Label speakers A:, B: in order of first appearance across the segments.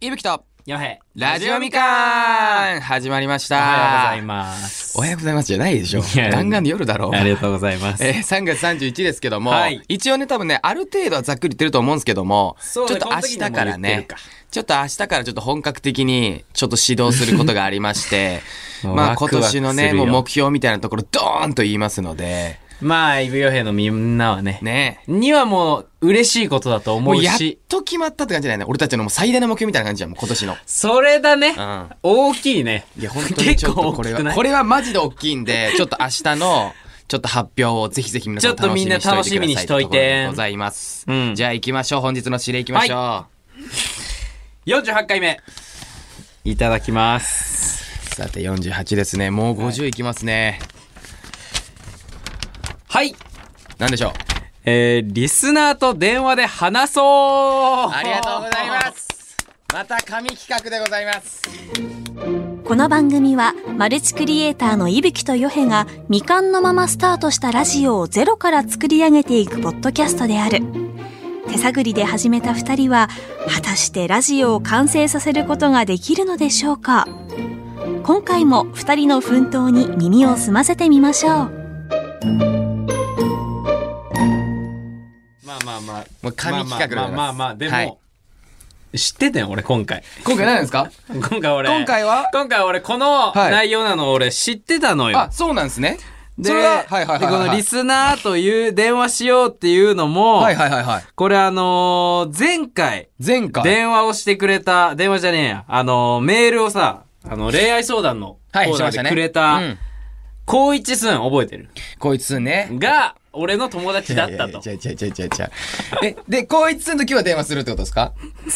A: いぶきと
B: やへ
A: ラジオみかん始まりまし
B: おはようござ
A: た
B: います。
A: おはようございますじゃないでしょ
B: いや
A: 弾丸で夜だろ
B: ありがとうございます。
A: えー、3月31ですけども、
B: はい
A: 一応ね多分ねある程度はざっくり言ってると思うんですけどもち
B: そ
A: ょ
B: う
A: っ
B: ね
A: と明日からね
B: この時にも言ってるか
A: ちょっと明日からちょっと本格的にちょっと指導することがありまして
B: もう
A: まあ
B: ワク
A: 今
B: ワク
A: 年のね
B: する
A: もう
B: よ
A: 目標みたいなところドーンと言いますので
B: まあ、イブヨヘのみんなはね。
A: ね
B: にはもう、嬉しいことだと思
A: もう
B: う
A: やっ
B: し。
A: と決まったって感じだよね俺たちのもう最大の目標みたいな感じじゃんもう今年の。
B: それだね。
A: うん
B: 大きいね。
A: いや、本当にちょっとこれ
B: 結構大きくな
A: は、
B: い
A: これはマジで大きいんで、ちょっと明日の、ちょっと発表をぜひぜひ皆さん
B: ちょっとみんな
A: 楽しみにしといてください
B: 楽しみにしといて
A: ところでございます。
B: うん
A: じゃあ行きましょう。本日の指令行きましょう。
B: 48回目。いただきます。
A: さて48ですね。もう50いきますね。
B: はい。
A: なんでしょう。
B: えー、リスナーと電話で話そう
A: ありがとうございます。また神企画でございます。
C: この番組はマルチクリエイターの伊吹とヨヘが未完のままスタートしたラジオをゼロから作り上げていくポッドキャストである手探りで始めた2人は果たしてラジオを完成させることができるのでしょうか今回も2人の奮闘に耳を澄ませてみましょう
B: まあまあまあ。
A: もう神企画でございま
B: まあ
A: す
B: まあまあ、でも、
A: はい
B: 知ってたよ、俺、今回。
A: 今回何ですか
B: 今回俺。
A: 今回は
B: 今回俺この
A: はい
B: 内容なの俺知ってたのよ。
A: あ、そうなんですね。
B: で
A: それは、はいはい
B: で
A: はい
B: こ
A: はい。
B: のリスナーという電話しようっていうのも、
A: はいはいはいはい。
B: これあのー前回、
A: 前回。
B: 電話をしてくれた、電話じゃねえや、あのーメールをさ、あの、恋愛相談のコ
A: はい、
B: ー
A: し
B: ナ
A: ま
B: ー
A: した
B: で
A: ね。
B: くれた、
A: うん
B: 高一すん覚えてる
A: こいつね。
B: が、俺の友達だったと
A: い。やいやいや違う違う違う違う違う。え、で、こいつの時は電話するってことです か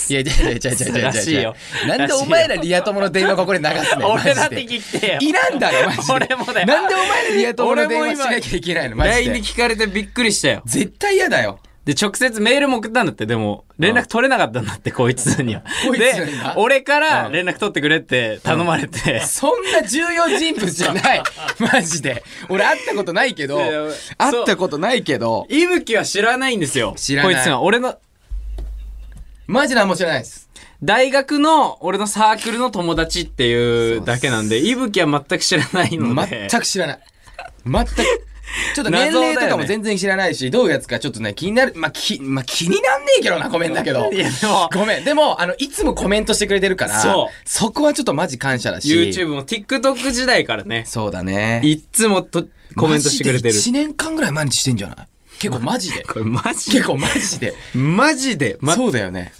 A: いやいやいや違う違う違う違う違う。
B: らしいよ
A: なんでお前らリア友の電話ここで流すねんマジで
B: 俺だって聞いてよ。
A: いらんだろ、マジで。
B: 俺もだよ
A: なんでお前らリア友の電話しなきゃいけないの、マジ
B: LINE
A: で
B: に。聞かれてびっくりしたよ。
A: 絶対嫌だよ。
B: で、直接メールも送ったんだって、でも、連絡取れなかったんだって、こいつには。
A: こいつに
B: で
A: は、
B: 俺から連絡取ってくれって頼まれて、
A: そんな重要人物じゃない。 マジで。俺会ったことないけど、
B: いやいや
A: 会ったことないけど、
B: いぶきは知らないんですよ。
A: 知らない
B: こいつは、俺の、
A: マジなんも知らないです。
B: 大学の、俺のサークルの友達っていうだけなんで、いぶきは全く知らないので。
A: 全く知らない。全く。ちょっと年齢とかも全然知らないし、どういうやつかちょっとね、気になる。まあ、き、まあ、気になんねえけどな、コメントだけど。
B: いや、でも、
A: ごめん。でも、あの、いつもコメントしてくれてるから、
B: そう
A: そこはちょっとマジ感謝だし。
B: YouTube も TikTok 時代からね、
A: そうだね。
B: いっつもとコメントしてくれてる
A: マ。ジで1年間ぐらい毎日してんじゃない結構マジ で。
B: これマジ
A: 結構マジで。
B: で、マジで、ま
A: そうだよね。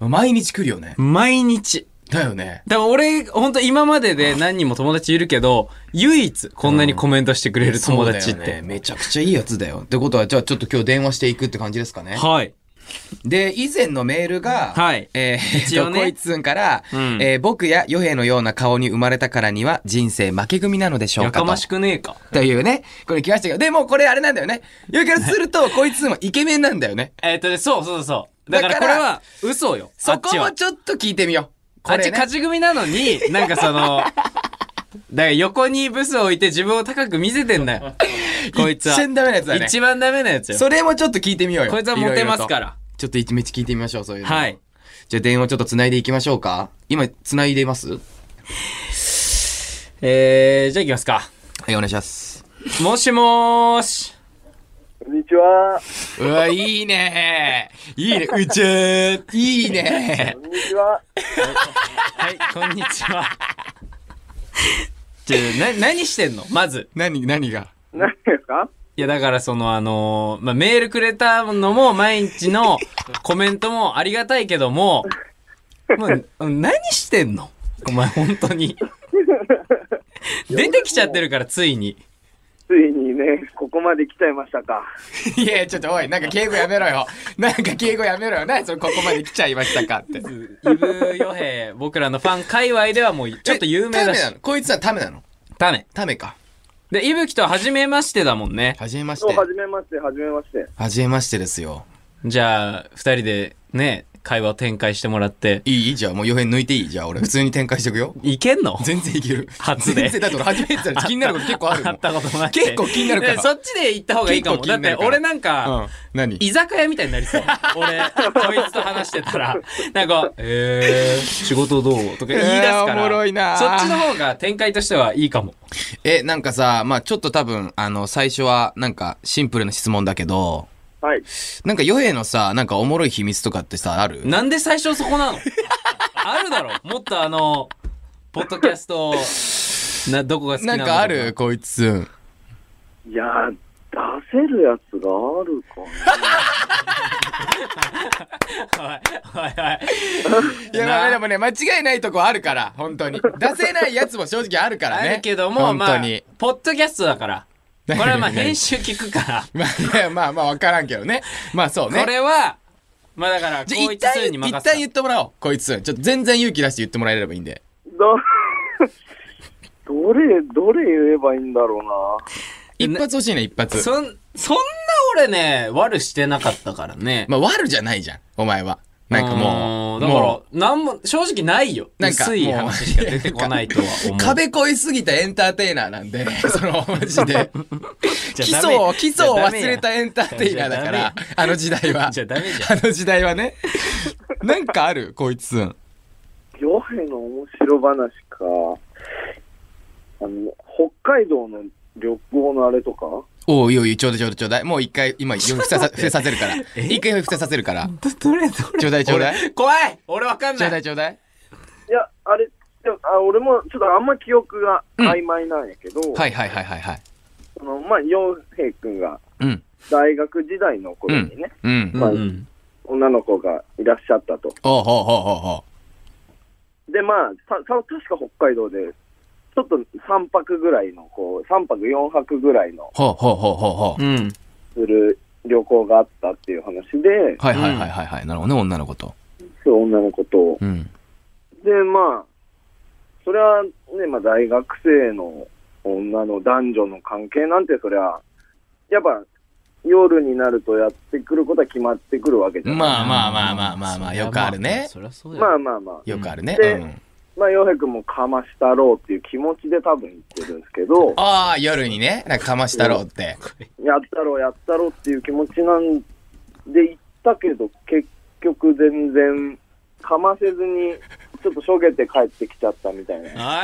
A: 毎日来るよね。
B: 毎日。
A: だよね。
B: でも俺、本当今までで何人も友達いるけど、唯一こんなにコメントしてくれる友達っ
A: そうだよね
B: て。
A: めちゃくちゃいいやつだよ。ってことは、じゃあちょっと今日電話していくって感じですかね。
B: はい。
A: で、以前のメールが、
B: はい
A: えー、
B: 一応ね
A: えっと こいつんから、
B: うん
A: えー僕やヨヘのような顔に生まれたからには人生負け組なのでしょう
B: や
A: か
B: か
A: と
B: ま。しくねえか。
A: というね、これ来ましたけど、でもこれあれなんだよね。よからすると、こいつんはイケメンなんだよね。
B: えっとね、そうそうそう。だか
A: だ
B: ら
A: か
B: こ
A: ら
B: れは嘘よ。
A: そこ
B: あ
A: も
B: っちは
A: ちょっと聞いてみよう。
B: あ
A: こ
B: っ
A: れ、ね、
B: ち勝ち組なのに、なんかそ の、だから横にブスを置いて自分を高く見せてんだよ。 こいつは。
A: 一番ダメなやつだね
B: 一番ダメなやつよ。
A: それもちょっと聞いてみようよ。
B: こいつはモテますから
A: いろいろと。ちょっと一ち聞いてみましょう、そういうの。
B: はい。
A: じゃあ電話ちょっと繋いでいきましょうか。今、繋いでますは
B: えー、じゃあ行きますか。
A: い、お願いします。
B: もしもーし。
D: こんにちは。
A: うわ、いいねいいね、うちゃーいいね
D: こんにちは。
B: はい、こんにちは。ちょ、な、何してんのまず。
A: 何、何が
D: 何ですか
B: いや、だからそのあのーまあ、メールくれたのも、毎日のコメントもありがたいけども、もう、何してんのお前、本当に。出てきちゃってるから、ついに。
D: ついにね、ここまで来ちゃいましたか。
A: いや、ちょっとおい、なんか敬語やめろよ。なんか敬語やめろよ。何それここまで 来ちゃいましたかって。
B: イブヨヘイ、僕らのファン界隈ではもう、ちょっと有
A: え
B: 名だ
A: タメな
B: し
A: の。こいつはタメなの
B: ダメ。
A: タメか。
B: で、イブキとは初めましてだもんね。
A: はじめまし
D: そう、
A: て。
D: はじめまして、はじめまして。
A: はじめましてですよ。
B: じゃあ、二人で、ね、会話を展開してもらって。
A: いいじゃあもう予変抜いていいじゃあ俺普通に展開していくよ。
B: いけんの
A: 全然いける。
B: 初で
A: 全然だって俺初めてだから気になること結構あるもん。
B: あったことない。
A: 結構気になるから
B: でそっちで行った方がいいかも。
A: 結構気
B: だっ
A: にな
B: て
A: るから
B: 俺なんか、
A: うん。何
B: 居酒屋みたいになりそう。俺、こいつと話してたら、なんか、えー、仕事どうとか言い出すから、
A: えーおもろいな
B: そっちの方が展開としてはいいかも。
A: え、なんかさ、まあちょっと多分、あの、最初はなんかシンプルな質問だけど、
D: はい。
A: なんかヨヘのさ、なんかおもろい秘密とかってさ、ある
B: なんで最初そこなのあるだろ。もっとあの、ポッドキャスト、な、どこが好きな
A: なん
B: の
A: かあ るこいつ。
D: いやー、出せるやつがあるか
B: はい、はい、はい。
A: いや、
B: な
A: まあでもね、間違いないとこあるから、本 当に。出せないやつも正直あるからね。
B: あるけども、
A: 本
B: ま
A: 当
B: あ
A: に。、
B: ポッドキャストだから、これはまあ
A: 何
B: 編集聞 くから、
A: まあ、いやまあまあ、わからんけどね。まあそうね。
B: これは、まあだから、
A: じゃあ
B: こ
A: 一
B: いつ
A: 旦、
B: に
A: 一
B: 任
A: 旦
B: せ
A: 言ってもらおう。こいつ。ちょっと全然勇気出して言ってもらえればいいんで。
D: な。ど、 どれ、どれ言えばいいんだろ
A: 一発欲しいね、一
B: た。
A: 発。
B: そん、そんな俺ね、悪してなかったからね。
A: まあ、悪じゃないじゃん、お前は。なんかもう、
B: だ
A: も
B: から、なんも、正直ないよ。
A: なんか
B: 薄い話しか出てこないとは思
A: う
B: う。
A: 壁越えすぎたエンターテイナーなん で、その、マジで。基
B: じゃ
A: 礎
B: ダメ
A: を、基礎を忘れ
B: じゃダメ
A: たエンターテイナーだから、あの時代は。
B: じゃダメ じゃん
A: あの時代はね。なんかある、こいつ。
D: うな。ヨヘの面白話か。あの、北海道の旅行のあれとか
A: おういいよいいよ、ちょうだいちょうだいちょうだい。もう一回、今、ふささ、ふさせるから。一回ふさせるから。
B: どれどれ
A: ちょうだいちょうだい。
B: 俺怖い俺わかん
A: ちょ
B: な
A: うだい
B: い。
A: ちょうだい。
D: いや、あれ、でもあ俺もちょっとあんま記憶が曖昧なんやけど、
A: はいはいはいはいはい。
D: その、まあ、ヨヘ君が
A: うん。
D: 大学時代の頃にね、
A: うん。
B: う
A: お
B: ん
A: う
B: うん。
D: 女の子がいらっしゃったと。
A: ほうほうほうほ
D: で、まあ、たた確か北海道で、ちょっと3泊ぐらいの、こう、3泊4泊ぐらいの
A: う。ほうほうほうほうほう。
B: うん。
D: する旅行があったっていう話で、
A: はいはいはいはいはい。なるほどね、女の子と。
D: そう、女の子と。
A: うん。
D: で、まあ、それはね、まあ、大学生の女の男女の関係なんて、そりゃ、やっぱ、夜になるとやってくることは決まってくるわけじゃん。
A: まあまあまあまあまあまあ、よくあるね。
B: そりゃそうだよ。
D: まあまあまあ。
A: よくあるね。う
D: で
A: ん。
D: まあ、洋平君もかましたろうっていう気持ちで多分言ってるんですけど、
A: ああ、夜にね、なんかかましたろうって。
D: やったろう、やったろうっていう気持ちなんで言ったけど、結局全然、かませずに、ちょっとしょげて帰ってきちゃったみたいな。
B: お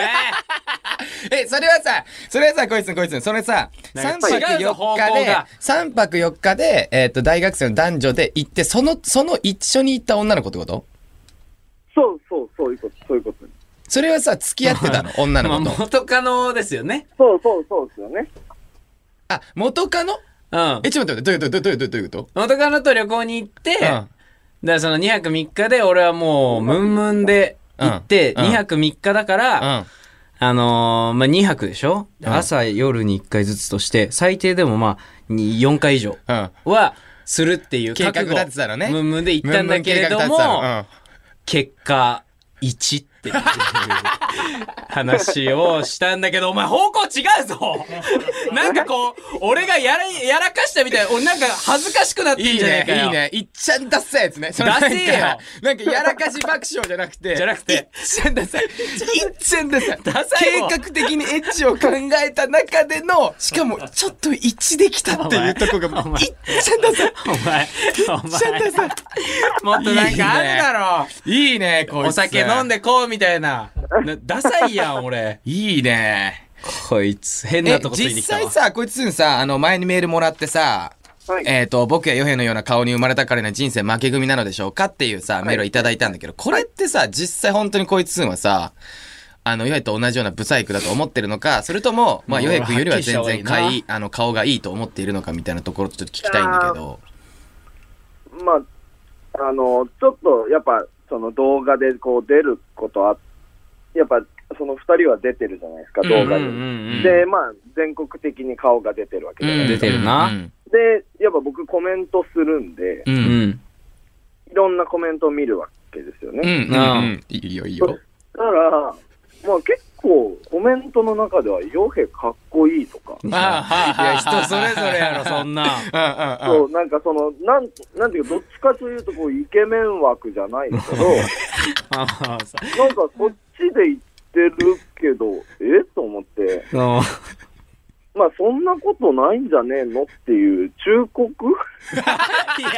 A: え、それはさ、それはさ、こいつんこいつん、それさ、
B: な
A: 3
B: ん
A: 泊
B: か違うぞ
A: 4日
B: 方向
A: で
B: が、
A: 3泊4日で、えっと、大学生の男女で行って、その、その一緒に行った女の子ってこと
D: そうそう、そういうこと、そういうこと。
A: それはさ、付き合ってたの女
B: いまあ
A: の子と。
B: 元カノですよね。
D: そうそうそうですよね。
A: あ、元カノ
B: うん。
A: え、ちょっと待って、どういうことどういうことどういうこと
B: 元カノと旅行に行って、だからその2泊3日で俺はもうムンムンで行って、
A: うん
B: 2泊3日だから、
A: うん。
B: あのーまあ、2泊でしょ、
A: ん
B: 朝夜に1回ずつとして、最低でもまあ、に4回以上
A: うん。うん。
B: は、するっていう
A: 計
B: 覚
A: 画
B: 悟。
A: 立てたのね。
B: ムンムンで行ったんだけれども、
A: ムンムン計画立て
B: 結果、1っていう話をしたんだけど、お前方向違 うぞなんかこう、俺がやら、やらかしたみたいな、俺なんか恥ずかしくなって
A: たのうんんいい
B: じゃな
A: ね
B: い、かよ。
A: いいね。いっちゃんダッサいやつね。その
B: ダセえよ
A: なんかなんか、やらかし爆笑じゃなくて。
B: じゃなくて、
A: ちゃんダサい。いっちゃんダサい。
B: ダサいわ
A: 計画的にエッチを考えた中での、し かもちょっと一致できたっていうとこが、
B: お前
A: いっちゃんダサい。いっ
B: お前、お
A: ちゃん
B: 前
A: ダ、サい。
B: もっとなんかあるだろ
A: いいね、こいつ。
B: お酒飲ん。でこうみたいな。なダサいやん、俺。
A: いいね。
B: こいつ、変な
A: え
B: とこ、ついて
A: 実
B: きたわ。
A: 際さ、こいつんさ、あの、前にメールもらってさ、
D: はい。
A: えっ、と、僕やヨヘのような顔に生まれた彼の人生負け組なのでしょうかっていうさ、メールをいただいたんだけど、これってさ、実際本当にこいつんはさ、あの、ヨヘと同じようなブサイクだと思ってるのか、それとも、まあ、
B: も
A: ヨ
B: う
A: ヘ君よりは
B: は
A: 全
B: っきり
A: 然
B: した方が
A: か
B: い
A: い
B: い
A: あの、顔がいいと思っているのかみたいなところちょっと聞きたいんだけど。
D: まあ、あの、ちょっとやっぱ、その動画でこう出ることあやっぱその二人は出てるじゃないですか、動画
B: うんう
D: に。
B: んうん
D: で、まあ、全国的に顔が出てるわけじゃない
B: 出
D: ですか。
B: てるな
A: うん。
D: で、やっぱ僕コメントするんで、
A: う。
B: うんん。
D: いろんなコメントを見るわけですよね。
A: うん。うん。
B: うん
A: うんいいよ、いいよ。
D: だから、まあ結構コメントの中では、ヨヘかっこいいとか、
B: ああ、はいあ、
A: や
B: 人それぞれやろ、そ んな。
A: うんうん
D: そうう、なんかその、なん、なんていうか、どっちかというと、こう、イケメン枠じゃないん だけど、
B: ああそ
D: なんかそっちで言ってるけど、えと思って、
B: そう
D: まあそんなことないんじゃねえのっていう忠告
B: いやいや、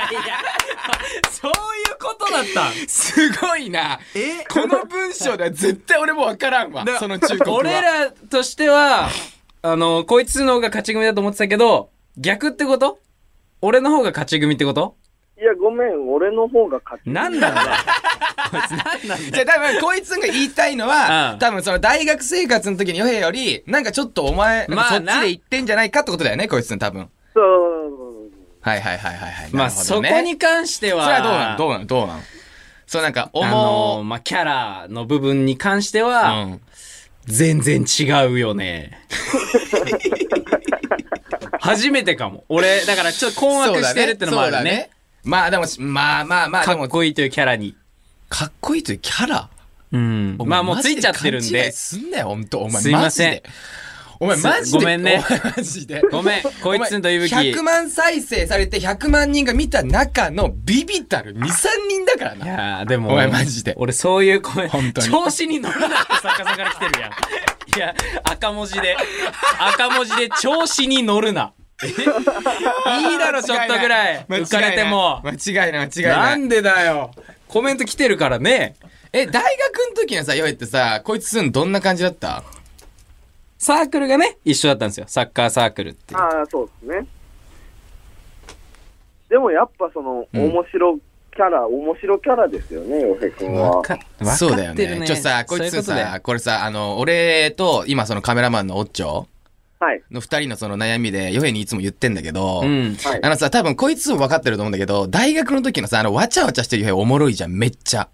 B: そういうことだったん
A: ん。すごいな。
B: え
A: この文章では絶対俺もわからんわ
B: だ。
A: その中国は。
B: 俺らとしては、あの、こいつの方が勝ち組だと思ってたけど、逆ってこと俺の方が勝ち組ってこと
D: いや、ごめん、俺の方が勝ち。
B: なんなんだこいつなんなんだ
A: じゃあ多分こいつが言いたいのは、
B: うん
A: 多分その大学生活の時にヨヘより、なんかちょっとお前、
B: まあ
A: そっちで言ってんじゃないかってことだよね、こいつの多分。
D: そう
A: はいはいはいはいはい。
B: ま
A: な
B: あ、
A: るほ
B: そ
A: どね
B: こに関しては、
A: それはどうなのどうなのどうなのそうなんか、思
B: あ
A: う、
B: の、まあ、キャラの部分に関しては、
A: うん。
B: 全然違うよね。初めてかも。俺、だからちょっと困惑してるってのもあるね。
A: まあでも、まあまあまあ、で
B: かっ
A: も、
B: こいいというキャラに。
A: かっこいいというキャラ
B: うん。まあもうついちゃってるん
A: お前マジ勘違
B: で
A: い。すんなよ、ほんと。お前、
B: すいません
A: マジで。お前、マジで。
B: ごめん ね
A: お前マジで。
B: ごめん、こいつんといぶき。
A: お前100万再生されて100万人が見た中のビビたる2、3人だから
B: い
A: な。
B: やーでも。
A: お前マジで
B: 俺そういう声、
A: 本当に
B: 調子に乗るなって作家さんから来てるやん。いや、赤文字で。赤文字で調子に乗るな。いいだろ、ちょっとぐらい。
A: 間違な
B: 浮かれても。
A: 間違いない、間違いない。
B: なんでだよ。コメント来てるからね。
A: え、大学の時のさ、ヨエってさ、こいつすんどんな感じだった
B: サークルがね、一緒だったんですよ。サッカーサークルっていう。
D: ああ、そうですね。でもやっぱその、
A: うん
D: 面白キャラ、面白キャラですよね、洋平君は。
B: わか
A: そうだよ
B: わかってる
A: ね。ちょさ、こいつ
B: そうう
A: さ、これさ、あの、俺と、今そのカメラマンのオッチョ
D: はい。
A: の二人のその悩みで、ヨヘにいつも言ってんだけど、
B: とだようん。
D: はい
A: あのさ、多分こいつも分かってると思うんだけど、大学の時のさ、あの、わちゃわちゃしてるヨヘおもろいじゃん、めっちゃ。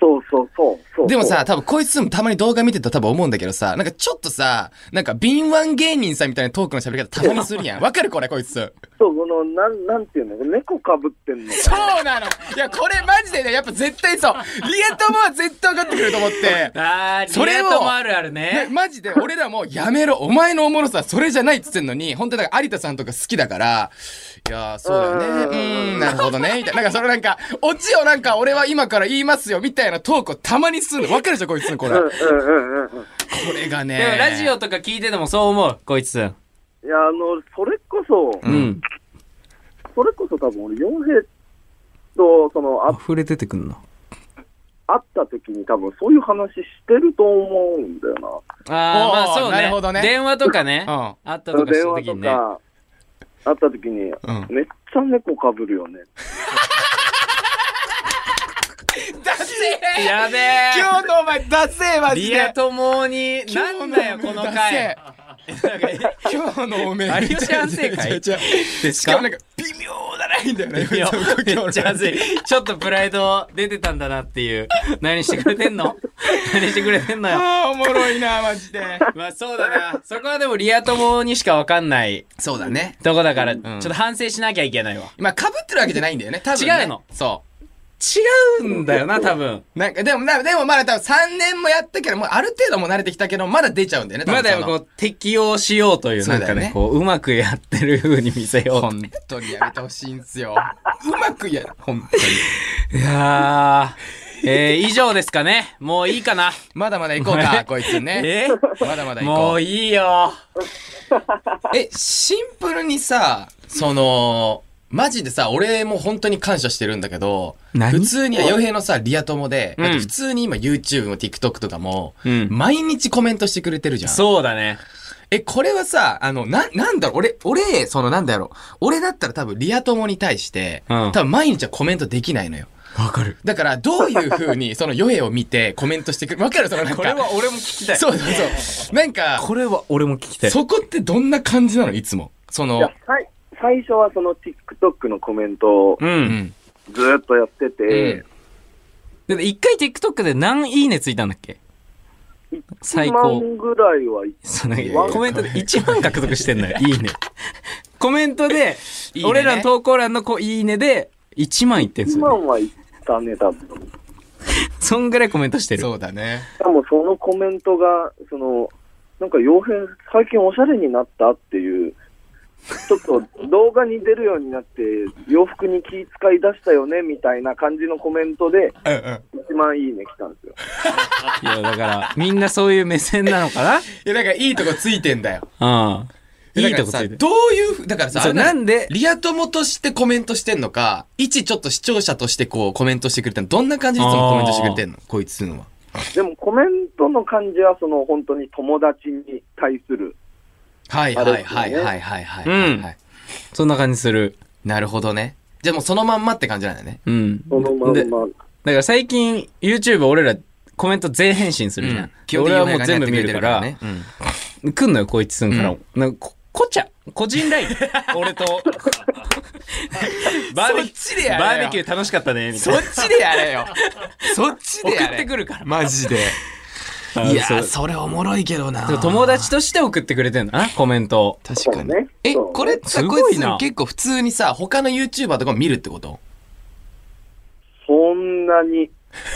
D: そうそうそうそう。
A: でもさ、、多分こいつもたまに動画見てたら多分思うんだけどさ、なんかちょっとさ、なんか敏腕芸人さんみたいなトークの喋り方たまにするやん。わかるこれ、こいつ。
D: そう、この、なん、なんていうの、猫かぶってんのかな。
A: そうなのいや、これマジでね、やっぱ絶対そう。リア友は絶対分かってくると思って。
B: あー、
A: そ
B: そ
A: れ
B: れ
A: を
B: もあるある ね
A: ね、。マジで俺らもやめろ、お前のおもろさはそれじゃないっつってんのに、本当にだから有田さんとか好きだから、いやー、そうだよね、
D: うん
A: うーん、なるほどね、みたいな。なんかそれなんか、オチをなんか俺は今から言いますよ、みたいなトークをたまにするの。わかるでしょ、こいつのこれ。こ
D: うんうんうんうん。
A: れがね。
B: でもラジオとか聞いててもそう思う、こいつ。
D: いや、あの、それこそ、
B: うん。
D: それこそ多分俺、洋平と、その、あ
B: 溢れ出てくんな。
D: 会った時に多分そういう話してると思うんだよ
B: あ
A: お
B: あ、
A: ー
B: まあそうね。
A: なるほどね
B: 電話とかね。
A: うん
B: あった
D: な。
B: とかした
D: 電話
B: 時
D: と
B: にね。
D: か、会った時に、
A: うん
D: めっちゃ猫かぶるよね。
A: だせえ
B: やべえ
A: 今日のお前、だせえ、マジ
B: リア
A: で。
B: 友に、
A: 今
B: な
A: 日
B: ん
A: の
B: だよ、この
A: ダセ
B: 回
A: え。今日のおめ
B: 有吉反省会
A: 違う違う違う
B: です
A: しか
B: か
A: もなんか、微妙なラインだよね。
B: いやめ
A: 今
B: っ
A: 日
B: ち
A: の
B: ゃ熱い。ちょっとプライド出てたんだなっていう。何してくれてんの何してくれてんのよ。
A: ああ、おもろいな、マジで。
B: まあそうだな。そこはでもリア友にしかわかんない
A: そうだね。
B: とこだから、ちょっと反省しなきゃいけないわ。
A: まあ、被ってるわけじゃないんだよね、多分、ね。
B: 違うの。
A: そう。
B: 違うんだよな、多分。
A: なんか、でも、なでもまだ多分3年もやったけど、もうある程度もう慣れてきたけど、まだ出ちゃうんだよね、多分
B: まだ
A: そ
B: よ、
A: の
B: こう、適応しようという、
A: そ
B: な
A: うんだ
B: か
A: よね
B: ね、こう、うまくやってる風に見せようと
A: 本当にやめてほしいんすよ。うまくや、本当に。
B: いやー、えー、以上ですかね。もういいかな。
A: まだまだ行 こうか、こいつね。
B: え
A: まだまだ行
B: も
A: こ
B: ういいよ。
A: う。え、シンプルにさ、その、マジでさ、俺も本当に感謝してるんだけど、
B: 何
A: 普通に、洋平のさ、リア友で、
B: うん
A: だって普通に今 YouTube も TikTok とかも、
B: うん
A: 毎日コメントしてくれてるじゃん。
B: そうだね。
A: え、これはさ、あの、な、なんだろう、俺、俺、その、なんだろう、俺だったら多分、リア友に対して、
B: うん
A: 多分、毎日はコメントできないのよ。
B: わかる。
A: だから、どういう風に、 その、ヨエを見て、コメントしてくる。わかるその、なんか。
B: これは俺も聞きたい。
A: そうそうそう。なんか、
B: これは俺も聞きたい。
A: そこってどんな感じなのいつも。そ
D: いや
A: の、、
D: 最最初はその TikTok のコメントを
B: う。
A: うんん。
D: ずーっとやってて、
B: でも一回 TikTok で何いいねついたんだっけ最
D: 1
B: 高。
D: 万ぐらいは行っ
B: その
A: いやいや
B: コメントで1万獲得してんのよ。 いいね。コメントで、
A: いいね
B: 俺らの投稿欄のこういいねで、1万いってんす
D: 1
B: よ、ね。
D: 万は行ったね、多分。し
B: そんぐらいコメントしてる。
A: そうだね。
D: かもそのコメントが、その、なんか傭兵、最近おしゃれになったっていう、ちょっと動画に出るようになって、洋服に気使い出したよねみたいな感じのコメントで、
A: うんうん。
D: 1万いいね来たんですよ。
B: いや、だから、みんなそういう目線なのか
A: いや、なんかいいとこついてんだよ。
B: な うん。いいとこつ
A: だからさ
B: いてる。
A: どういうふう、だからさ、
B: そう
A: あれだよ
B: なんで
A: リア友としてコメントしてんのか、一ちょっと視聴者としてこうコメントしてくれてんのどんな感じでいつもコメントしてくれてんのこいつのは。
D: でもコメントの感じは、その本当に友達に対する、
A: はい
D: あれ
A: はい
D: ですよ
A: はい
D: ね
A: はいはいはい。
B: うん
A: はい
B: そんな感じする。
A: なるほどね。じゃあもうそのまんまって感じなんだよね。
B: うん。
D: そのまん
B: で
D: ま、
B: だから最近 YouTube 俺らコメント全返信するじゃん。
A: 基本的
B: 俺
A: に
B: は
A: お
B: も
A: 願
B: う
A: いや
B: 全
A: っ
B: 部
A: てく
B: 見
A: れ
B: る
A: て
B: か
A: るから
B: ら、
A: ね。うん
B: 来んのよ、こいつすんから。
A: う
B: なんかこ、こちゃ、個 人ライン。俺と。バー
A: そ
B: ベ
A: っ
B: キュ
A: ちで
B: ー、
A: やれよ
B: バーベキュー楽しかったね、みたい
A: そ
B: な。
A: っちでやれよ。 そっちで
B: 送
A: やれ。
B: ってくるから。
A: マジで。いやー、
B: そう
A: それおもろいけどな。
B: 友達として送ってくれてんだな、コメントを。
A: 確
D: そう
A: かに。
D: ね。
A: え、
D: そうね
A: これさ、
B: す
A: こ
B: ご
A: い
B: い
A: つ
B: な
A: 結構普通にさ、他の YouTuber とかも見るってこと
D: そんなに、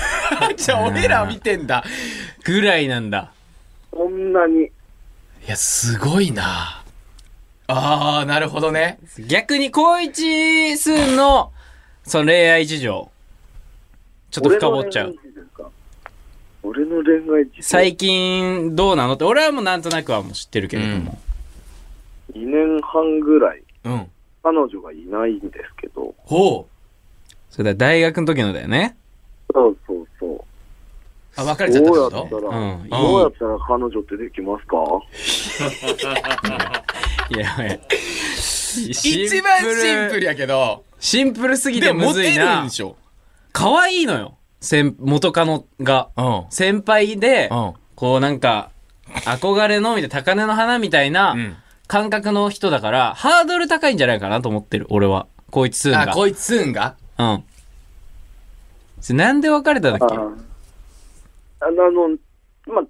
A: じゃあ俺ら見てんだ。
B: ぐらいなんだ。
D: そんなに、
A: いや、すごいな。あー、なるほどね。
B: 逆に、高一すんの、その恋愛事情。ちょっと深掘っちゃう。
D: 俺の恋愛事情
B: 最近、どうなのって、俺はもうなんとなくはもう知ってるけれども。
D: 2年半ぐらい、
A: うん。
D: 彼女がいないんですけど、
A: ほう。
B: それだ、大学の時のだよね。
D: そうそうそう。
A: あ、別れちゃったって
D: ど
A: こ
D: うやった
A: と
D: ら、
B: うん
D: どうやったら彼女ってできますか
B: いやいや。一
A: 一番シンプル。やけど、
B: シンプルすぎて
A: でも
B: む
A: モ
B: ずい
A: テるん
B: な
A: で。しょ。
B: 可愛いのよ。先、元カノが。
A: うん。
B: 先輩で、
A: うん
B: こうなんか、憧れの、みたいな、高嶺の花みたいな
A: うん
B: 感覚の人だから、ハードル高いんじゃないかなと思ってる、俺は。こいつが。
A: あ、こいつんが
B: うん。それなんで別れたんだ
D: あ
B: っけ
D: ーあの、ま、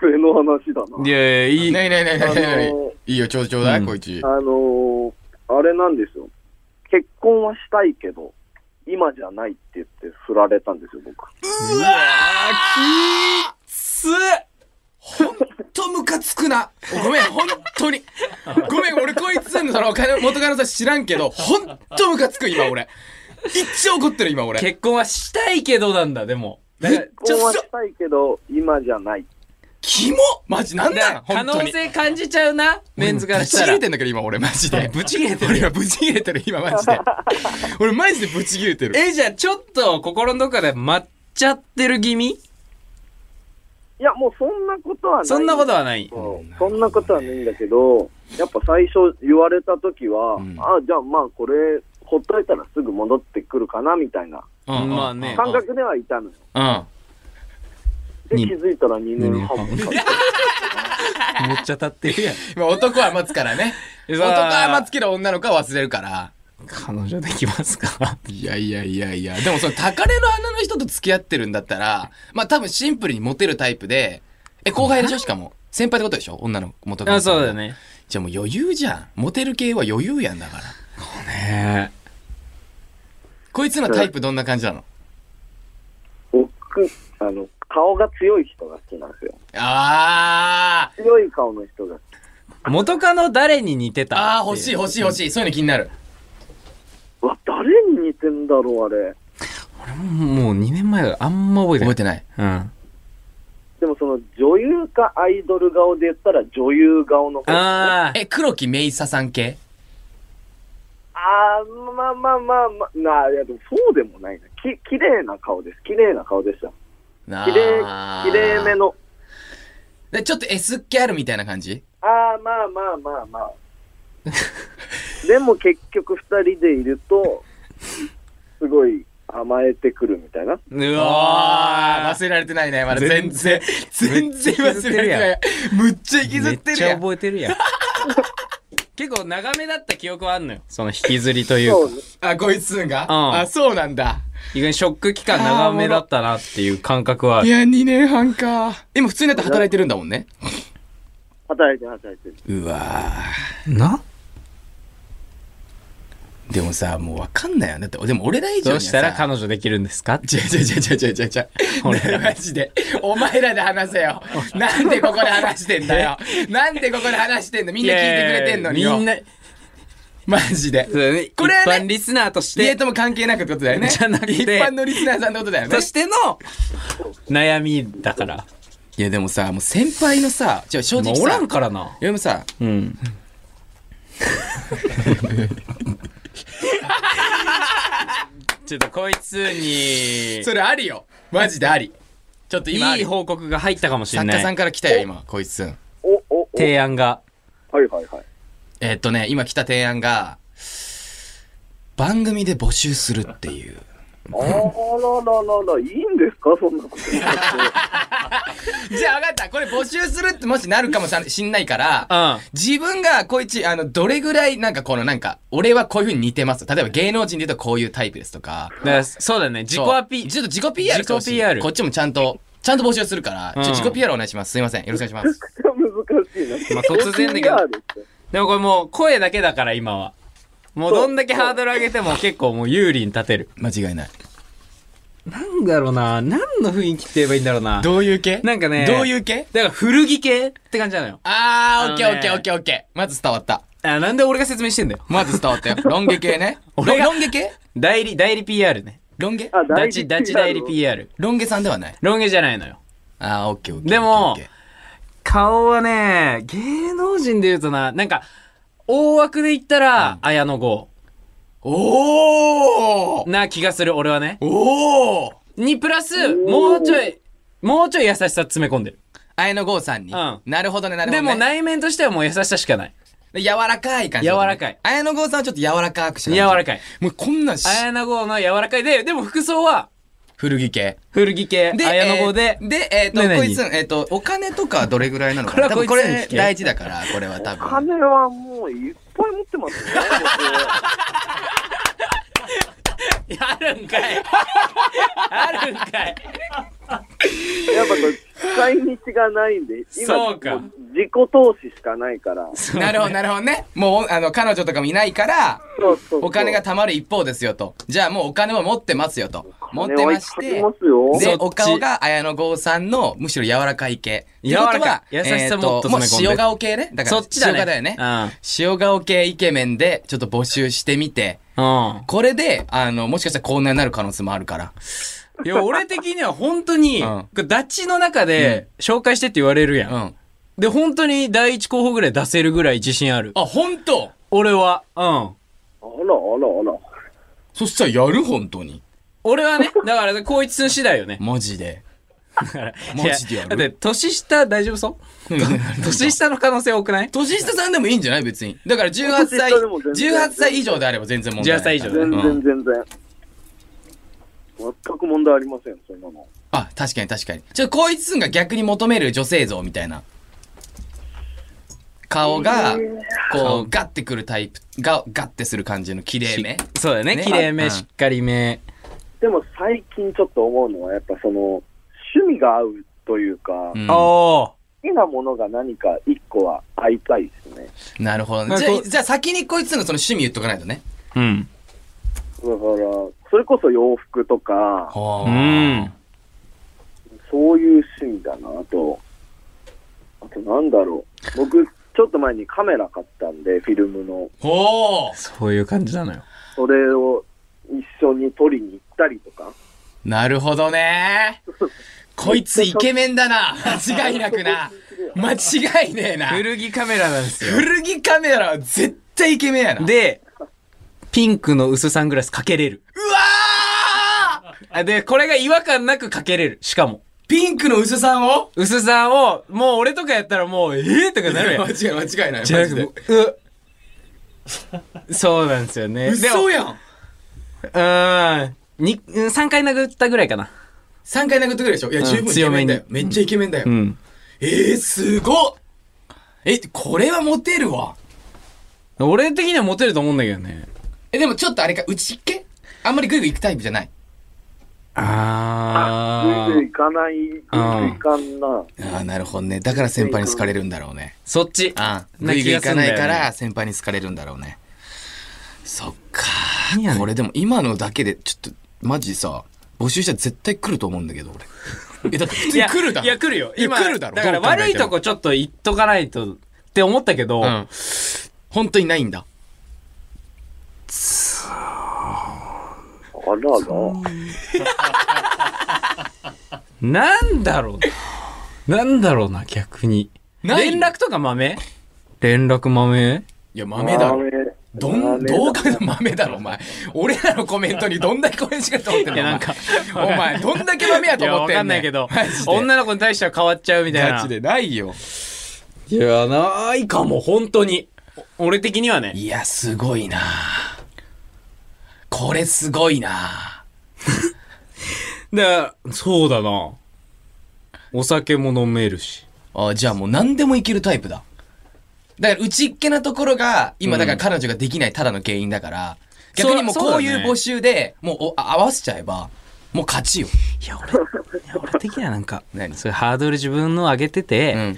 D: 俺の話だな。
B: いやいや、いい。
A: ねえねえねえねえねえ
D: あのー
A: いいよ、ちょうちょうだ
B: う
A: い、
B: ん
A: こいつ。
D: あのーあれなんですよ。結婚はしたいけど、今じゃないって言って振られたんですよ、僕。
A: うわー、きつほんとムカつくな。ごめん、ほんとに。ごめん、俺こいつのそのお金、元カノさん知らんけど、ほんとムカつく、今俺。一応怒ってる、今俺。
B: 結婚はしたいけどなんだ、でも。だから
D: 結婚はしたいけど、今じゃない。
A: キモマジ、なん
B: だ
A: だよ
B: から、
A: ほ
B: 可
A: んと
B: 能
A: に。
B: 性感じちゃうな、メンズからした
A: ぶち切
B: ら
A: れ。てんだけど、今俺、マジで。
B: ぶち切れてる
A: 俺はぶち切れてる、今マジで。俺マジでぶち切れてる。
B: え、じゃあちょっと心のどこかで待っちゃってる気味
D: いや、もうそんなことはない。
B: そんなことはない。
D: うんそんなことはないんだけど、やっぱ最初言われた時は、
A: うん
D: あじゃあまあこれ、ほっといたらすぐ戻ってくるかなみたいな
A: うん
B: まあね
D: 感覚ではいたのよ。
A: うん。
D: で、
B: に
D: 気づいたら2年半も
B: 二年
D: 経っ
B: めっちゃ立ってるやん。
A: 今男は待つからね。
B: う
A: 男
B: わー
A: は待つけど女の子は忘れるから。
B: 彼女できますか
A: いやいやいやいや、でもその高嶺の花の人と付き合ってるんだったら、まあ多分シンプルにモテるタイプで、え、後輩でしょしかも。先輩ってことでしょ女の元
B: あそうだよ。ね。
A: じゃあもう余裕じゃん。モテる系は余裕やんだから。
B: ね
A: こいつのタイプどんな感じなの
D: 僕、あの、顔が強い人が好きなんですよ。
A: あー。
D: 強い顔の人が好き。
B: え。元カノ誰に似てた
A: あー、欲しい欲しい欲しい。そういうの気になる。
D: うわ、誰に似てんだろう、あれ。
B: もう2年前だからあんま覚えてな
A: 覚え
B: い。
A: てない。
B: うん。
D: でもその女優かアイドル顔で言ったら女優顔の方。
B: ああ。
A: え、黒木メイサさん系
D: あー、まあまあまあまあ、なあ、いやでもそうでもないな。き、綺麗な顔です。綺麗な顔でした。
A: な
D: 綺麗、綺麗めの。
A: で、ちょっと S っ気あるみたいな感じ
D: ああ、まあまあまあまあ。でも結局二人でいると、すごい甘えてくるみたいな。
B: う
A: あ
B: わ
A: ー忘れられてないね、まだ全然。全然
B: めっち
A: 忘
B: ゃ引きずって
A: れら
B: る
A: れて
B: やん
A: ない。むっちゃ引
B: ー
A: きず
B: め
A: っ
B: って
A: る
B: ちゃ
A: やん。
B: 覚えてるやん。 結構長めだった記憶はあんのよ。その引きずりという
D: そう
B: か。
D: ね。
A: あ、こいつが、
B: うん
A: あ、そうなんだ。
B: 意外にショック期間長めだったなっていう感覚はあ
A: い
B: る。
A: や、2年半か。今普通になって働いてるんだもんね。
D: 働いてる働いてる。
A: うわ
B: な
A: でもさ、もうわかんないよね。だって、でも俺ら以上に
B: ど
A: は
B: う
A: さ
B: したら彼女できるんですか
A: 違う違う違う違う違う違う。俺マジで。お前らで話せ よ。なんでここで話してんだよ。なんでここで話してんのみんな聞いてくれてんのに
B: いや
A: よ。
B: いやみんな、
A: マジで。
B: そうだね
A: これはね
B: 一般リスナーとし
A: 家
B: て、
A: とも関係なくってことだよね。
B: じゃなくて
A: 一般のリスナーさんってことだよね
B: と。しての悩みだから。
A: いやでもさ、もう先輩のさ、じゃあ正直
B: もう
A: さ、
B: おらんからな。
A: でもさ、
B: うん。ちょっとこいつに、
A: それありよ。マジであり。ちょっと今あ
B: い
A: り
B: い報告が入ったかもしれ
A: 作
B: な
A: 家さん
B: い。
A: から来たよ、今、こいつ。
D: お、お、お、
B: 提案が。
D: はいはいはい。
A: えーっとね、今来た提案が、番組で募集するっていう。
D: あらららら、いいんですかそんなこと。
A: じゃあ分かった。これ募集するってもしなるかもしんないから、
B: うん。
A: 自分がこいつ、あの、どれぐらい、なんかこのなんか、俺はこういう風に似てます。例えば芸能人で言うとこういうタイプですとか。
B: だからそうだね。自己アピ
A: そうちょっと自己 PR してほしい
B: 自己 PR
A: こっちもちゃんと、ちゃんと募集するから、
B: うん
A: ちょ自己 PR お願いします。すいません。よろしくお願いします。
D: 難しいな。
B: まあ突然だけど
D: OCR って
B: でもこれもう声だけだから今は。もうどんだけハードル上げても結構もう有利に立てる。
A: 間違いない。
B: なんだろうな何の雰囲気って言えばいいんだろうな
A: どういう系
B: なんかね
A: どういう系
B: だから古着系って感じなのよ。
A: あ
B: あ
A: ー、オ
B: の
A: ッ
B: ね
A: ケーオッケーオッケーオッケー。まず伝わった。
B: あ、なんで俺が説明してんだよ。
A: まず伝わっ たよ。ロン毛系ね。
B: 俺が
A: ロン毛系
B: 代理、代理 PR ね。
A: ロン毛
D: あ代
B: ダ
D: 理
B: チ、ダチ代理 PR。
A: ロン毛さんではない。
B: ロン毛じゃないのよ。
A: あー、オッケーオッケー。
B: でも
A: オッケーオッケー
B: 顔はね、芸能人で言うとな、なんか、大枠で言ったら、綾野剛
A: おー
B: な気がする、俺はね。
A: おー
B: に、プラス、もうちょい、もうちょい優しさ詰め込んでる。
A: 綾野剛さんに、
B: うん
A: なるほどね、なるほ
B: で
A: ど、ね。
B: も内面としてはもう優しさしかない。
A: 柔らかい感じだね、
B: 柔らかい
A: 綾野剛さんはちょっと柔らかくし
B: 柔
A: ない
B: らかい。
A: もうこんなんし、
B: 綾野剛の柔らかいで、でも服装は
A: 古着系。
B: 古着系、綾野剛で
A: え、ーで、えっ、と、
B: ね何
A: こいつ、えっ、と、お金とかはどれぐらいなのか
B: これ
A: な
B: は
A: 多分こ
B: こいつに
A: れ
B: 聞け
A: 大事だから、これは多分。
D: 金はもういっぱい持ってますね。
B: あるんかい。あるんかい。
D: 僕やっぱこれ、使い道がないんで、今、
B: そうか
D: も自己投資しかないから。
A: なるほど、なるほどね。もう、あの、彼女とかもいないから、
D: そうそうそう
A: お金が貯まる一方ですよと。じゃあもうお金は持ってますよと。持ってまし
D: 金
A: て
D: はいっぱいあり、ますよ。
B: そっ
A: で
B: ち、
A: お顔が綾野剛さんの、むしろ柔らかい系。
B: 柔
A: って
B: らかい
A: ことは
B: 優しさもっと
A: えー
B: 詰
A: もう
B: め込んで
A: 塩顔系ね。だから、
B: そっちだね
A: 塩顔だよね。
B: うん
A: 塩顔系イケメンで、ちょっと募集してみて、
B: うん。
A: これで、あの、もしかしたらこんなになる可能性もあるから。
B: いや、俺的には本当に、
A: うん
B: これダチの中で紹介してって言われるやん。
A: うん。
B: で、本当に第一候補ぐらい出せるぐらい自信ある。
A: あ、本当
B: 俺は。うん。
D: あらあらあら。
A: そしたらやる本当に。
B: 俺はね、だから、こいつ次第よ ね。
A: マジで。マジでやる
B: いだって、年下大丈夫 そう年下の可能性多くない
A: 年下さんでもいいんじゃない別に。だから18
D: 年下
A: 歳、
D: でも全然
A: 18歳以上であれば全然問題ない。
B: 18歳以上
D: 全
A: うん
D: 然全然。全く問題ありません、そんなの。
A: あ、確かに確かに。ちょ、こいつが逆に求める女性像みたいな。顔が、こう、ガッてくるタイプ、が、ガッてする感じの綺麗め。
B: そうだよね。
A: ね
B: 綺麗め、
A: うん
B: しっかりめ。
D: でも最近ちょっと思うのは、やっぱその、趣味が合うというか、
A: うん
B: おー。
D: 好きなものが何か一個は合いたいですね。
A: なるほど
B: ま
A: ね。じ
B: あ
A: ゃ
B: こ
A: あ、
B: う
A: じゃあ先にこいつのその趣味言っとかないとね。
B: うん。
D: だから、それこそ洋服とか、
A: ほ
B: うん。
D: そういう趣味だなと。あとなんだろう。僕、ちょっと前にカメラ買ったんで、フィルムの。
A: ほう
B: そういう感じなのよ。
D: それを一緒に撮りに行ったりとか。
A: なるほどね。こいつイケメンだな。間違いなくな。間違いねえな。
B: 古着カメラなんですよ。
A: 古着カメラは絶対イケメンやな。、
B: で、ピンクの薄サングラスかけれる。
A: うわー
B: あで、これが違和感なくかけれる。しかも。
A: ピンクの薄さんを
B: 薄さんを、もう俺とかやったらもう、えぇ、とかなるや
A: 間
B: ん。
A: 違い間違いない。
B: じゃ
A: マ
B: な
A: ジ
B: く
A: で。
B: て、うっそうなんですよね。でも
A: 嘘やん
B: うーん。に、うん3回殴ったぐらいかな。
A: !3 回殴ってくれるでしょいや、
B: うん
A: 十分イケメンだよ
B: 強。
A: めっちゃイケメンだよ。
B: ん。
A: えー、すごっえ、これはモテるわ。
B: 俺的にはモテると思うんだけどね。
A: え、でもちょっとあれか、内っけあんまりグイグイ行くタイプじゃない。
B: あ
D: ぐいぐい
B: ー。
D: 行かない、ぐいぐい行かんな。
A: ああ、なるほどね。だから先輩に好かれるんだろうね。
B: そっち。
A: ああ、
B: な
A: グイグイ行かないか
B: 気がすんだよ
A: ら
B: ね
A: 先輩に好かれるんだろうね。そっか
B: 何やねん
A: これでも今のだけで、ちょっと、マジさ、募集したら絶対来ると思うんだけど、 俺。え、だって普通に来るだろ。
B: いや、来るよ。
A: いや来るだろ。
B: から
A: どう考えても
B: 悪いとこ。ちょっと言っとかないとって思ったけど、
A: うん。本当にないんだ。
D: あらら。
B: なんだろうな。なんだろうな、逆に。
A: ない
B: 連絡とか豆連絡豆
A: いや、豆だろ。
D: 豆
A: どん、
D: 豆
A: どうかの豆だろ、お前。俺らのコメントにどんだけコメントしかと思ってん
B: い
A: の
B: や、なんか、
A: お前お前、どんだけ豆や
B: い
A: と
B: や、
A: 思っ
B: わ
A: てんね
B: かんないけど
A: マジ、で
B: 女の子に対しては変わっちゃうみたいな。
A: ガチでないよ。
B: いや、ないかも、本当に。お俺的にはね。
A: いや、すごいなこれすごいな
B: で、そうだな。お酒も飲めるし。
A: あ、じゃあもう何でもいけるタイプだ。だから、内っけなところが、今、だから彼女ができないただの原因だから、
B: そう
A: 逆にもう
B: そう
A: こ
B: だ
A: う
B: ね
A: いう募集で、もうおあ合わせちゃえば、もう勝ちよ。
B: いや、俺、いや俺的にはなんか、
A: 何
B: そういうハードル自分の上げてて、
A: うん。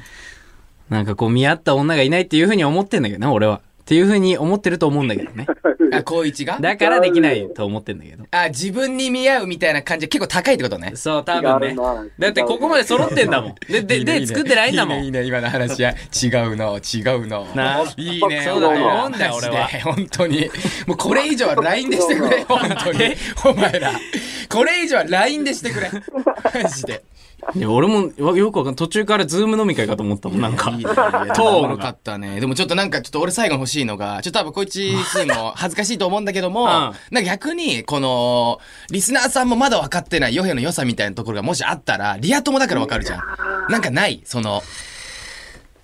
B: なんかこう見合った女がいないっていうふうに思ってんだけどな、俺は。っていうふうに思ってると思うんだけどね。
A: あ、高一が
B: だからできないと思ってんだけど。
A: あ、自分に見合うみたいな感じが結構高いってことね。
B: そう、多分ね
D: 違うな。
B: だってここまで揃ってんだもん。で、で、で、作ってないんだも
A: いい
B: ん。
A: ね、いいね今の話は。違うな、違うな。
B: なあ
A: いいね、
B: そうだよ
A: 本当に
B: 飲んだよ俺は
A: マジで本当に。もうこれ以上は LINE でしてくれ、本当に。お前ら。これ以上は LINE でしてくれ。マジで。
B: いや俺もわよくわかん途中からズーム飲み会かと思ったもん、なんか。
A: いい
B: い
A: ね。ト
B: トーンが
A: ーンかったね。でもちょっとなんか、ちょっと俺最後に欲しいのが、ちょっと多分こいつも恥ずかしいと思うんだけども、
B: うん
A: なんか逆に、この、リスナーさんもまだ分かってないヨヘの良さみたいなところがもしあったら、リア友だから分かるじゃん。なんかないその、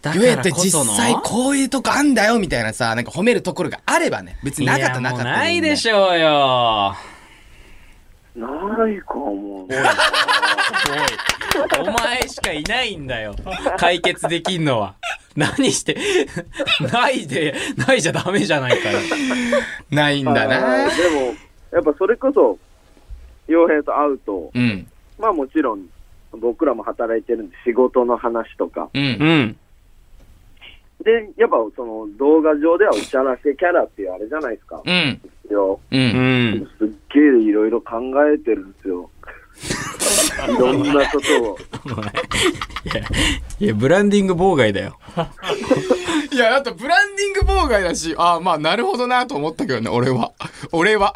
B: だ
A: ヨエって実
B: の
A: 際こういうとこあんだよみたいなさ、なんか褒めるところがあればね、別になかったらなかった
B: いやもうないで
A: ょ。
B: しょうよ。
D: ないかも。
B: お前しかいないんだよ。解決できんのは。何して、ないで、ないじゃダメじゃないかよ。
A: ないんだ
D: あ
A: な。
D: ーでも、やっぱそれこそ、洋平と会うと、
A: うん。
D: まあもちろん、僕らも働いてるんで、仕事の話とか。
A: う。
B: うんん。
D: で、やっぱその動画上ではおちゃらけキャラっていうあれじゃないですか。
A: うん。
D: いや、
A: う。
B: うんん。
D: すっげえいろいろ考えてるんで すよ。いろんなことを。
B: いや、ブランディング妨害だよ。
A: いや、あとブランディング妨害だし、ああ、まあ、なるほどなと思ったけどね、俺は。俺 は。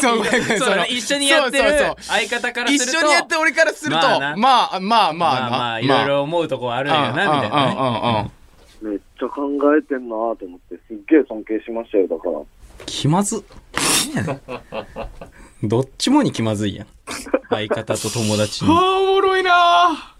A: そう、ごめんごめん
B: そう
A: そ
B: だ
A: の
B: ね、一緒にやってる
A: そうそうそう
B: 相方からする
A: 一
B: と。
A: 緒にやって俺からすると、
B: まあ
A: ま
B: な
A: あまあまあ
B: まあまあ、いろい
A: あ
B: ろ思うとこはあるんやな、みたい
A: うん
B: なね。
A: うんうんうん。
D: めっちゃ考えてんなぁと思って、すっげえ尊敬しましたよ、だから。
B: 気まず。どっちもに気まずいやん。相方と友達
A: あ
B: に。
A: あ、おもろいな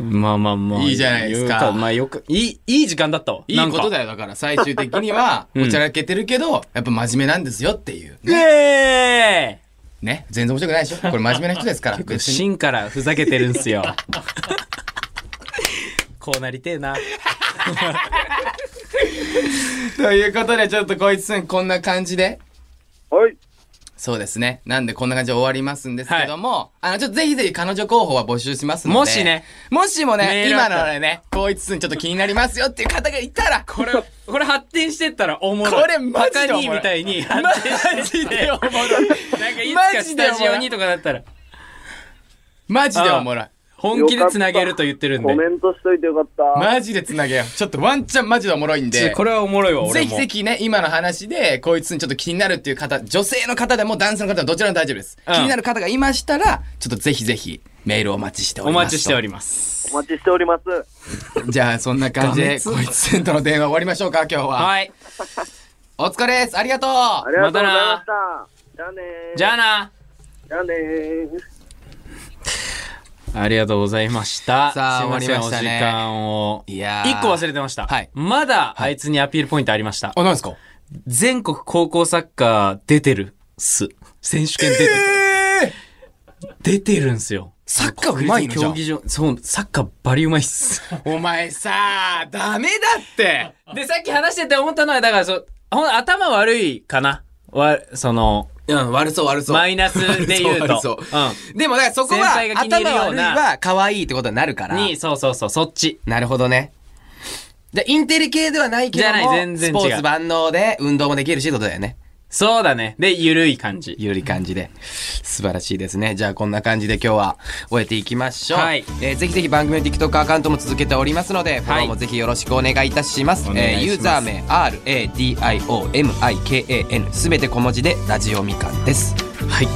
B: まあまあまあ。
A: いいじゃないですか
B: まあよく、いい、いい時間だったわ。
A: いいこと
B: よ。
A: だよ、だから、最終的に は、
B: うん
A: おちゃらけてるけど、やっぱ真面目なんですよっていう。
B: イエーイ
A: ね、全然面白くないでしょこれ真面目な人です から。別に
B: 芯からふざけてるんすよ。こうなりてえな。
A: ということで、ちょっとこいつん、こんな感じで、
D: はい。
A: そうですね。なんでこんな感じで終わりますんですけども、あの、ちょっとぜひぜひ彼女候補は募集しますので。
B: もしね。
A: もしも
B: メ
A: ね、
B: ール
A: 今
B: あったら
A: のでね、こいつんちょっと気になりますよっていう方がいたら、これ、
B: これ発展してったらおもろい。
A: これマジでおもろい
B: バカにみたいに発展してって。なんかいつかスタジオにとかだったら、
A: マジでおもろい。
B: 本気でつなげると言ってるんで
D: コ。メントしといてよかった。
A: マジでつなげよう。ちょっとワンチャンマジでおもろいん
B: ちょ
A: で。
B: これはおもろいわ、俺も。
A: ぜひぜひね、今の話で、こいつにちょっと気になるっていう方、女性の方でも男性の方でもどちらでも大丈夫です。
B: うん
A: 気になる方がいましたら、ちょっとぜひぜひメールをお待ちしてお
B: お
A: ります。
B: 待ちしてお
A: り
B: ります。
D: お待ちしております。
A: じゃあ、そんな感じ
B: ダ
A: で、
B: メつ
A: こいつんとの電話終わりましょうか、今日は。
B: はい。
A: お疲れです。ありがとう。
D: ありがとうございま
B: ま
D: したた。じゃあねー。
B: じゃあな。
D: じゃあねー。
B: ありがとうございました。
A: さあ
B: すいせ
A: 終わり
B: ん
A: ましたね
B: お時間を。
A: いやー
B: 一個忘れてました。
A: はい
B: まだ、あいつにアピールポイントありました。
A: あ、なんですか
B: 全国高校サッカー出てるっす。選手権出て る。出てるんすよ。
A: サッカーうまいのじゃ
B: 競
A: ん
B: 技場、そう、サッカーバリうまいっす。
A: お前さ、ダメだって。
B: で、さっき話してて思ったのは、だから、そう、ほん、頭悪いかな。わ、その、
A: うん、悪そう悪そう。
B: マイナスで言うと。
A: 悪そう悪そう。でも、だからそこは、
B: 先輩が気に入る
A: 頭
B: ような
A: 悪いは可愛いってことになるか
B: うん。
A: ら。
B: に、そうそうそう、そっち。
A: なるほどね。じゃあインテリ系ではないけども、
B: じゃない全然違
A: ス
B: う
A: ポーツ万能で運動もできるしってことだよね。
B: そうだね。で、ゆるい感じ。
A: ゆるい感じで。素晴らしいですね。じゃあこんな感じで今日は終えていきましょう。
B: はい
A: えーぜひぜひ番組の TikTok アカウントも続けておりますので、フォロ
B: は
A: ー
B: い
A: もぜひよろしくお願いいたします。
B: お願いします
A: ユーザー名 RADIOMIKAN すべて小文字でラジオみかんです。
B: はい。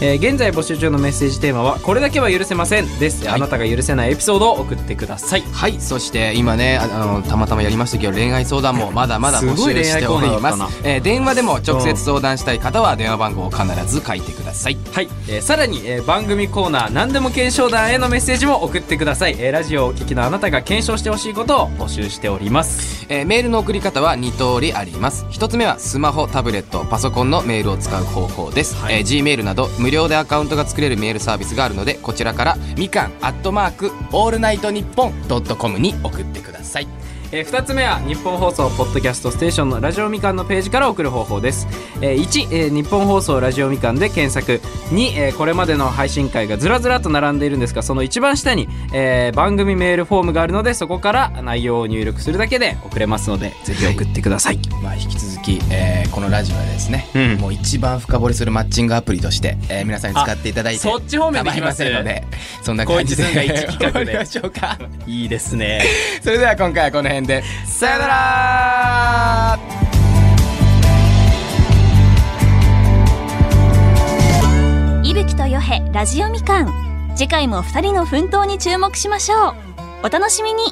B: えー現在募集中のメッセージテーマは、これだけは許せませんです。
A: はい
B: あなたが許せないエピソードを送ってください。
A: はい、そして今ね、ああの、たまたまやりましたけど、恋愛相談もまだまだ募
B: すご
A: 集
B: い恋
A: し
B: 愛
A: て
B: コ
A: お
B: ーナー
A: りま
B: だっ
A: す。えー電話でも直接相談したい方は電話番号を必ず書いてください。
B: はい、えーさらに、えー番組コーナー何でも検証団へのメッセージも送ってください、えーラジオをお聞きのあなたが検証してほしいことを募集しております
A: えーメールの送り方は2通りあります1つ目はスマホタブレットパソコンのメールを使う方法です、
B: は
A: え
B: い
A: ー G メールなど無料でアカウントが作れるメールサービスがあるのでこちらからみかんアットマークオールナイトニッポンドットコムに送ってください
B: え2つ目は日本放送ポッドキャストステーションのラジオみかんのページから送る方法です、え1、えー日本放送ラジオみかんで検索2、えーこれまでの配信会がずらずらと並んでいるんですがその一番下に、えー番組メールフォームがあるのでそこから内容を入力するだけで送れますのでぜひ送ってください、
A: まあ、引き続き、えーこのラジオはですね、
B: うん
A: もう一番深掘りするマッチングアプリとして、えー皆さんに使っていただいて
B: あそっち方面で
A: 構い
B: 行き
A: ま
B: ます
A: せんのでそんな感じで
B: 高一寸が一企画で
A: 終わりましょうか
B: いいですね
A: それでは今回はこの辺でさよなら
C: 伊吹とよへラジオみかん次回も2人の奮闘に注目しましょうお楽しみに